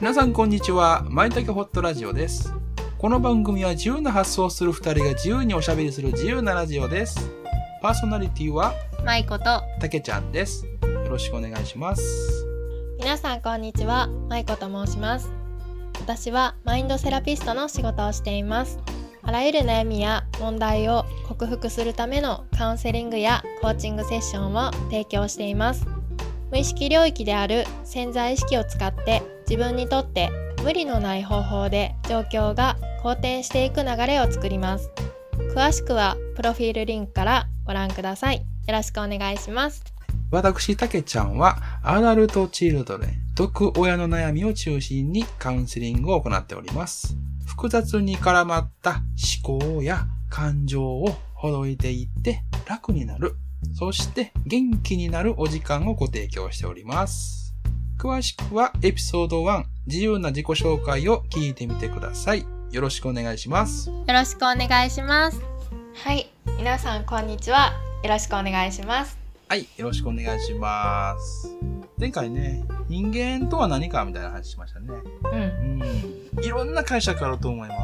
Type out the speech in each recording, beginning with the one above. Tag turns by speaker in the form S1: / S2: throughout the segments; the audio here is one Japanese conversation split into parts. S1: 皆さんこんにちは。まいたけホットラジオです。この番組は自由な発想をする二人が自由におしゃべりする自由なラジオです。パーソナリティは
S2: まいこと
S1: たけちゃんです。よろしくお願いします。
S2: 皆さんこんにちはまいこと申します私はマインドセラピストの仕事をしていますあらゆる悩みや問題を克服するためのカウンセリングやコーチングセッションを提供しています無意識領域である潜在意識を使って自分にとって無理のない方法で状況が好転していく流れを作ります詳しくはプロフィールリンクからご覧くださいよろしくお願いします
S1: 私、たけちゃんはアダルトチルドレン、毒親の悩みを中心にカウンセリングを行っております。複雑に絡まった思考や感情をほどいていって楽になる。そして元気になるお時間をご提供しております。詳しくはエピソード1、自由な自己紹介を聞いてみてください。よろしくお願いします。
S2: よろしくお願いします。はい、皆さんこんにちは。よろしくお願いします。
S1: はい、よろしくお願いします。前回ね、人間とは何かみたいな話しましたね。
S2: うん、うん、
S1: うん、いろんな解釈あると思いま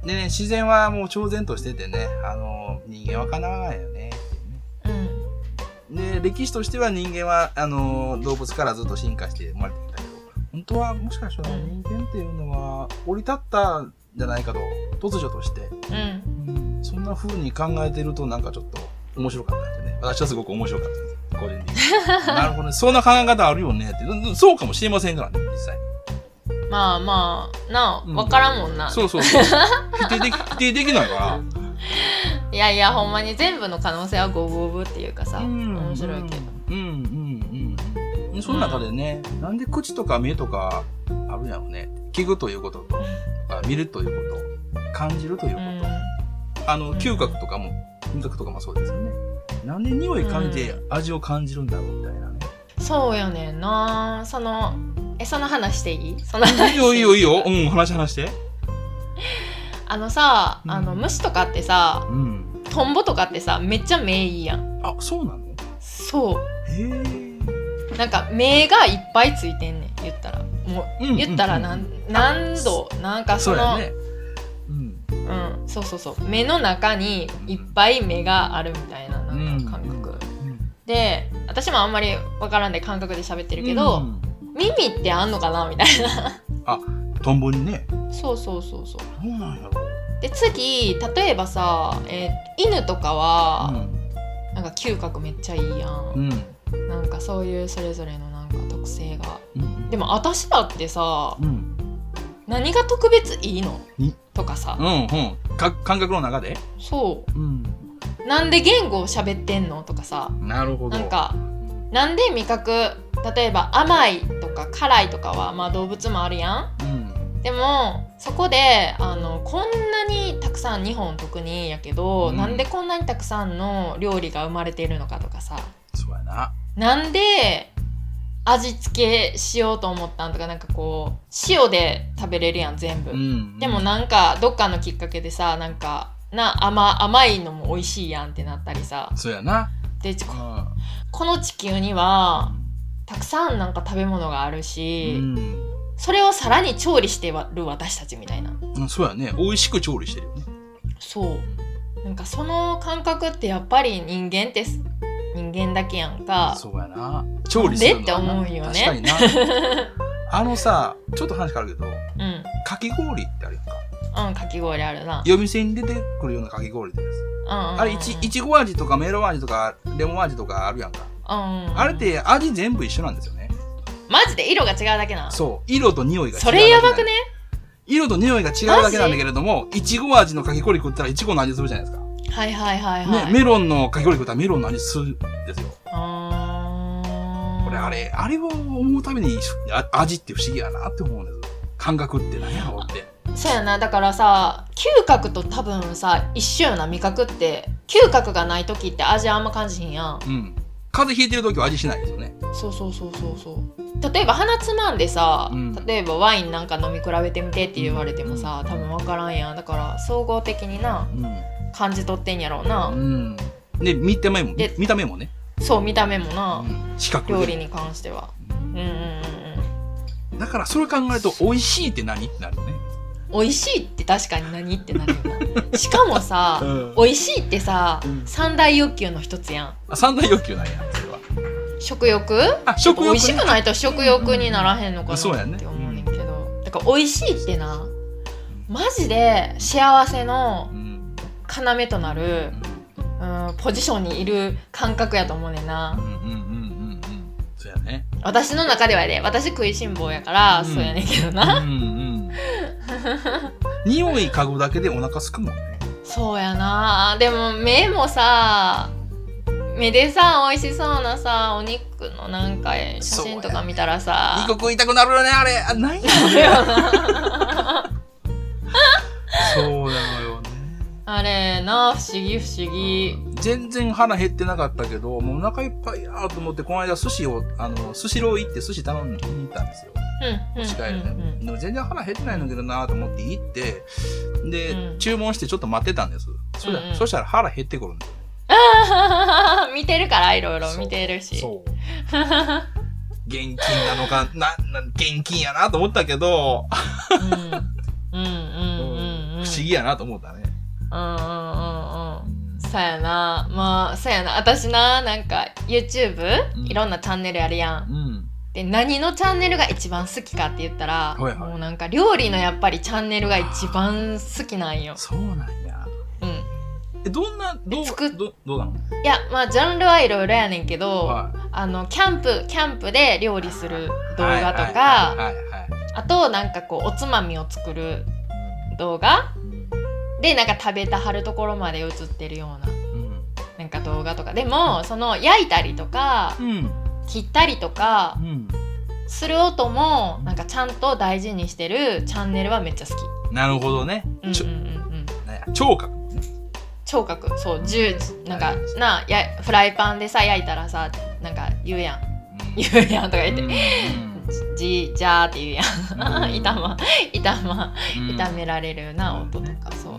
S1: す。でね、自然はもう超然としててね、あの、人間はかなわないよね。
S2: うん、
S1: で、歴史としては人間は、あの、動物からずっと進化して生まれてきたけど、本当はもしかしたら人間っていうのは降り立ったんじゃないかと、突如として。
S2: うん、
S1: うん、そんな風に考えてるとなんかちょっと面白かったですよね。私はすごく面白かったです。個人的に。 なるほどね。そんな考え方あるよねってうん。そうかもしれませんからね、実際。
S2: まあまあ、な
S1: うん
S2: あ、わからんもんな。
S1: そうそうそう。否定でき、否定できないから。
S2: いやいや、ほんまに全部の可能性は五分五分っていうかさ、面白いけど。
S1: うんうんうんうんその中でね、なんで口とか目とかあるんやろうね聞くということとあ見るということ感じるという
S2: う
S1: こ
S2: ん、
S1: と、あの嗅覚とかも味覚とかもそうですよねなんで匂い嗅いで味を感じるんだろうみたいなね、
S2: そうやねんな。その、え、その話していい？その話
S1: いいよいいよいいようん話話して
S2: あのさ、
S1: うん
S2: あの虫とかってさ、
S1: うん
S2: トンボとかってさ、めっちゃ目いいやん。
S1: あそうなのへ
S2: そ
S1: え
S2: う、なんか目がいっぱいついてんねん。言ったら、もう
S1: うん
S2: 言ったらなん、何度なんかそ
S1: そうや
S2: の
S1: ねうん
S2: うん、そうそうそう目の中にいっぱい目があるみたいななんか感覚、
S1: うん
S2: で私もあんまりわからんで感覚で喋ってるけど、耳ってあんのかなみ たい
S1: うんトンボにね
S2: なそうそうそうそう
S1: どうなんやろ
S2: で次例えばさ、えー犬とかは、なんか嗅覚めっちゃいいや、
S1: うんんうん
S2: なんかそういうそれぞれのなんか特性が
S1: うん
S2: でも私だってさ
S1: うん
S2: 何が特別いいの
S1: に
S2: とかさ、
S1: うんうん。か感覚の中で。
S2: そ
S1: うん。
S2: うなんで言語を喋ってんのとかさ
S1: なるほど。
S2: なん。かなんで味覚例えば甘いとか辛いとかは、まあ、動物もあるや
S1: うん。
S2: んでもそこであのこんなにたくさん日本特にやけど、
S1: うん
S2: なんでこんなにたくさんの料理が生まれているのかとかさ
S1: そうやな。
S2: なんで味付けしようと思ったんとかなんかこう塩で食べれるやん全部、
S1: ん
S2: でも。なんかどっかのきっかけでさなんかな甘甘いのも美味しいやんってなったりさ
S1: そうやな。
S2: でこ
S1: あ
S2: この地球にはたくさんなんか食べ物がある
S1: う
S2: し、
S1: ん。
S2: それをさらに調理してる私たちみたいな
S1: うんそうやね。美味しく調理してるよね。
S2: そうなんかその感覚ってやっぱり人間ってす人間だけやんか
S1: そうやな。調理するのはな
S2: なんでって思うよね
S1: 確かに な。あのさ、ちょっと話変わるけど、
S2: うんう
S1: かき氷ってあるやんか。
S2: んかき氷あるな、
S1: 夜店に出てくるようなかき氷です。
S2: うんうんうんうん、
S1: あれいち、いちご味とかメロン味とかレモン味とかあるやんか。
S2: うんうんうん
S1: あれって味全部一緒なんですよね。
S2: マジで色が違うだけな
S1: そう。色と匂いが違うだ
S2: そ
S1: けなんで
S2: れやばくね
S1: 色と匂いが違うだけなんだけれども、いちご味のかき氷食ったらいちごの味するじゃないですか。
S2: はいはいはいはい、
S1: ね、メロンのかき氷食ったらメロンの味するんですよ。
S2: あー
S1: これあれ、あれを思うためにあ味って不思議やなって思うんです。感覚って何やろうって。
S2: そうやなだからさ嗅覚と多分さ一緒やな味覚って嗅覚がない時って味あんま感じひんやん
S1: うん。風邪ひいてる時は味しないですよね。
S2: そうそうそうそうそう例えば鼻つまんでさ、
S1: うん
S2: 例えばワインなんか飲み比べてみてって言われてもさ、多分分からんやんだから総合的にな感じ取ってんやろうな、
S1: うん。うん。で、見た目も
S2: で、
S1: 見た目もね。
S2: そう見た目も
S1: う
S2: な、
S1: ん。視覚
S2: 料
S1: で
S2: 理に関しては
S1: う
S2: う
S1: ん
S2: んうんうんうん
S1: だからそれ考えると美味しいって何ってなるね。
S2: 美味しいって確かに何ってなるよ なしかもさ
S1: おい
S2: 美味しいってさ、
S1: うん
S2: 三大欲求の一つやん
S1: あ三大欲求なんやそれは。
S2: 食欲
S1: あ食欲ね
S2: 美味しくないと食欲にならへんのかな
S1: そうやね
S2: って思うねんけどだから美味しいってなマジで幸せの
S1: うん
S2: 要となる、うん、ポジションにいる感覚やと思うねん
S1: うん
S2: な
S1: うんうんうんうん。そうやね。
S2: 私の中ではね私食いしん坊やから、
S1: うん
S2: そうやねんけど
S1: う
S2: な、
S1: んうん。匂い嗅ぐだけでお腹すくもんね。
S2: そうやなでも目もさ目でさ美味しそうなさお肉のなんか写真とか見たらさ
S1: 肉食いたくなるよねあれ。あないや
S2: あ
S1: ろね。そう
S2: れやな
S1: なのよね。
S2: あれな不思議不思議
S1: 全然腹減ってなかったけど、もうお腹いっぱいやと思って、この間寿司を、あの、寿司ロー行って寿司頼んで行ったんですよ。
S2: うんうん
S1: 近いよ
S2: うんうん
S1: ね。でも全然腹減ってないんだけどなと思って行って、で、
S2: うん
S1: 注文してちょっと待ってたんです。そしたら
S2: うんうん
S1: そしたら腹減ってくるんですよ。
S2: 見てるからいろいろ
S1: そう
S2: 見てるし
S1: そう。現金なのか、な、な、現金やなと思ったけど、
S2: うんうんうんうんうん
S1: 不思議やなと思ったね。
S2: うんうんうんうんさやなまあさやな私ななんか YouTube、
S1: うん
S2: いろんなチャンネルやるやん
S1: うん。
S2: で何のチャンネルが一番好きかって言ったら、
S1: はいはい
S2: もうなんか料理のやっぱりチャンネルが一番好きなんよ、
S1: そうなんや。
S2: うん、
S1: え、どんな、どう、
S2: 作っ
S1: どどうなの
S2: いやまあジャンルはいろいろやねんけど、
S1: はい
S2: あのキャンプキャンプで料理する動画とか、
S1: はいはいはいはい
S2: あとなんかこうおつまみを作る動画でなんか食べたはるところまで映ってるよう
S1: う
S2: な
S1: ん。
S2: なんか動画とかでもその焼いたりとか
S1: うん。
S2: 切ったりとか
S1: うん。
S2: する音もなんかちゃんと大事にしてるチャンネルはめっちゃ好き。
S1: なるほどね。
S2: うん
S1: ち
S2: う
S1: ょ
S2: んうんうん
S1: なんや聴覚。
S2: 聴覚そう銃なんか
S1: はい
S2: なやフライパンでさ焼いたらさなんか言うやん
S1: う
S2: 言うやんとか言っ
S1: ん
S2: て、
S1: う
S2: じじゃーって言うやん、
S1: ん
S2: 炒ま炒ま
S1: うん
S2: 炒められるような音とかそう、う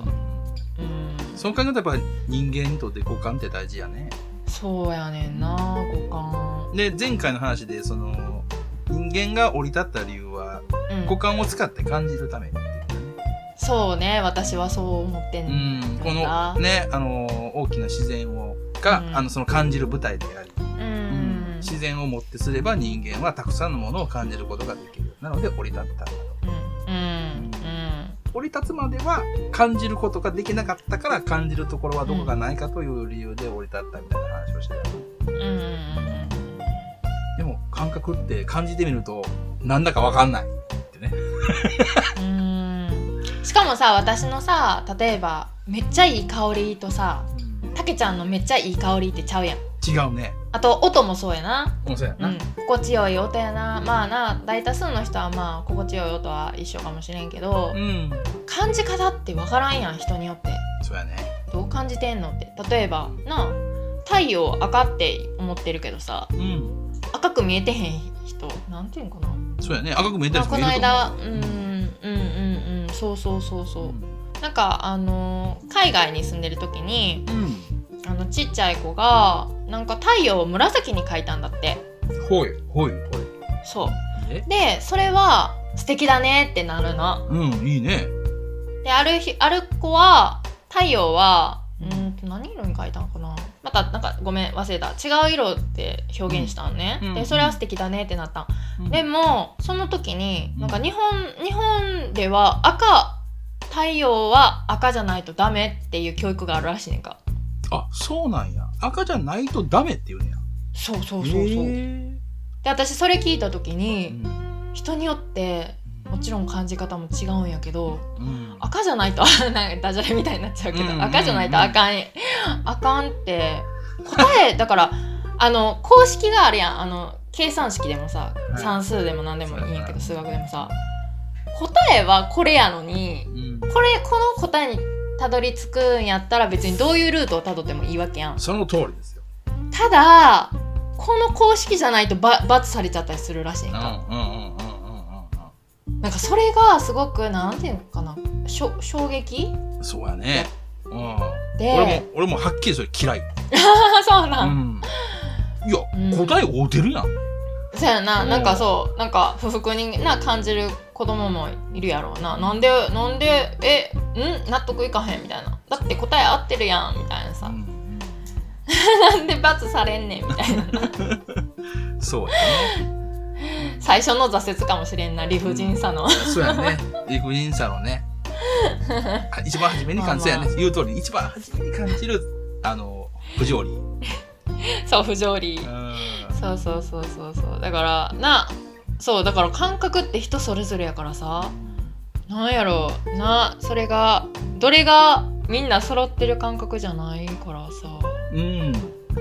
S2: ん、
S1: その考え方やっぱり人間にとって五感って大事やね。
S2: そうやねんな五感
S1: で前回の話でその人間が降り立った理由は
S2: うん
S1: 五感を使って感じるためっていうね
S2: そうね私はそう思ってんねん
S1: うんこ
S2: な
S1: の
S2: んだ
S1: ねあの大きな自然をが、
S2: うん
S1: あのその感じる舞台であり、
S2: うん、
S1: 自然をもってすれば人間はたくさんのものを感じることができるなので降り立ったんだと
S2: うんうん
S1: 降り立つまでは感じることができなかったから感じるところはどこがないかという理由で降り立ったみたいな話をしてたよね
S2: うんうんうんうん
S1: でも感覚って感じてみるとなんだかわかんないってね
S2: うんしかもさ私のさ例えばめっちゃいい香りとさたけちゃんのめっちゃいい香りってちゃうやん
S1: 違うね
S2: あと音もそうやな、
S1: うんそうや
S2: う
S1: な、
S2: ん、心地よい音やなまあな大多数の人はまあ心地よい音は一緒かもしれんけど
S1: うん、
S2: 感じ方って分からんやん人によって
S1: そうやね
S2: どう感じてんのって例えばなあ太陽赤って思ってるけどさ
S1: うん
S2: 赤く見えてへん人なんていうんかな、
S1: そうやね赤く見えて
S2: ま
S1: る
S2: あ、
S1: 人
S2: こ
S1: もいる
S2: の
S1: と思う
S2: 間うんうんうんうんそうそうそうそうなんかあのー海外に住んでる時に
S1: うん、
S2: あのちっちゃい子がなんか太陽を紫に描いたんだって
S1: うん、ほいほいほい
S2: そ
S1: え
S2: うでそれは素敵だねってなるの
S1: うんいいね
S2: である日ある子は太陽はうーんと何色に描いたんかなまたなんかごめん忘れた違う色って表現したんね、
S1: うんう
S2: で
S1: ん
S2: それは素敵だねってなったん
S1: うん
S2: でもその時に
S1: うん
S2: なんか日本日本では赤太陽は赤じゃないとダメっていう教育があるらしいねんか
S1: あそうなんや赤じゃないとダメって言うねや
S2: そうそうそうそう、
S1: へ
S2: で私それ聞いた時
S1: えう
S2: に、
S1: ん
S2: 人によってもちろん感じ方も違うんやけど
S1: うん
S2: 赤じゃないと なんかダジャレみたいになっちゃうけど、
S1: うんうんうん
S2: 赤じゃないとあかんあかんって答えだからあの公式があるやんあの計算式でもさ、
S1: はい
S2: 算数でも何でもいいんやけど
S1: そ
S2: 数
S1: うや
S2: 学
S1: な
S2: でもさ答えはこれやのに
S1: うん
S2: これこの答えにたどり着くんやったら別にどういうルートをたどってもいいわけやん
S1: その通りですよ
S2: ただこの公式じゃないとば罰されちゃったりするらしい
S1: うんんうん
S2: か、
S1: うんうんうん
S2: なんかそれがすごくなんていうのかなしょ衝撃
S1: うんうんそうやねうん
S2: で
S1: 俺も俺もはっきりそれ嫌い
S2: そう
S1: う
S2: なん、
S1: んいや
S2: うん
S1: 答え合うてるやん
S2: そうやな、
S1: うん
S2: なんかそうなんか不服にな感じる子供もいるやろうななんでなんでえん納得いかへんみたいなだって答え合ってるやんみたいな
S1: う
S2: さ
S1: ん
S2: なんで罰されんねんみたいな
S1: そうやね
S2: 最初の挫折かもしれんな理不尽さの、
S1: そうやね。理不尽さのね。あ一番初めに感じるやね。
S2: まあ
S1: 言う通り、一番初めに感じる、あの、不条理。うん。
S2: そう不条理そうそうそうそうそうだからなそうだから感覚って人それぞれやからさなんやろうなそれがどれがみんな揃ってる感覚じゃないからさ
S1: うん。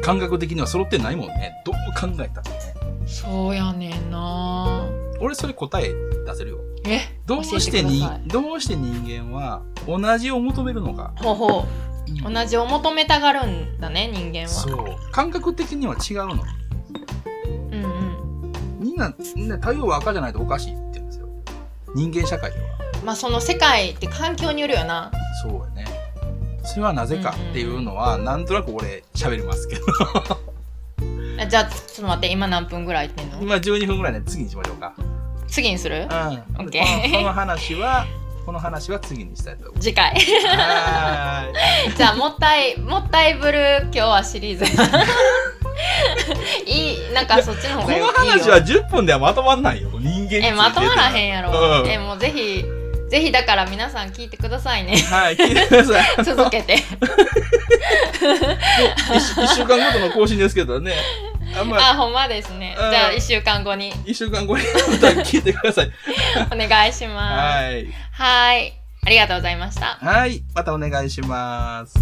S1: 感覚的には揃ってないもんね。どう考えたってね。
S2: そうやねんな
S1: 俺、それ答え出せるよ。
S2: え
S1: どうしてに、どうして人間は同じを求めるのか。
S2: ほうほ
S1: う
S2: うん同じを求めたがるんだね人間
S1: そ
S2: は
S1: う。感覚的には違うの。
S2: うんうん
S1: みんな、みんな太陽は赤じゃないとおかしいって言うんですよ。人間社会では。
S2: まあその世界って環境によるよな
S1: そうやね。それはなぜかっていうのは、なんとなく俺喋りますけど。
S2: あじゃあちょっと待って今何分ぐらい空いってんの
S1: 今12分ぐらいね、次にしましょうか。
S2: 次にする
S1: うん。
S2: オッケー
S1: このこの話は、この話は次にしたいと思いま
S2: 次回
S1: す。はーい。
S2: じゃあもったいもったいぶる今日は シリーズいいなんかそっちの方
S1: こ
S2: がいい
S1: の話は10分ではまとまんないよ。人間について
S2: えまとまらへんやろ、
S1: うん
S2: えもうぜひぜひだから皆さん聞いてくださ いね
S1: はい、聞いてください。
S2: 続けて
S1: 1週間ごとの更新ですけどね。あんま
S2: あほんまですねじ
S1: うん
S2: ゃあ1週間後に
S1: 1週間後にまた聞いてくださ い。
S2: お願いします
S1: はい。
S2: はいありがとうございました
S1: はい。またお願いします。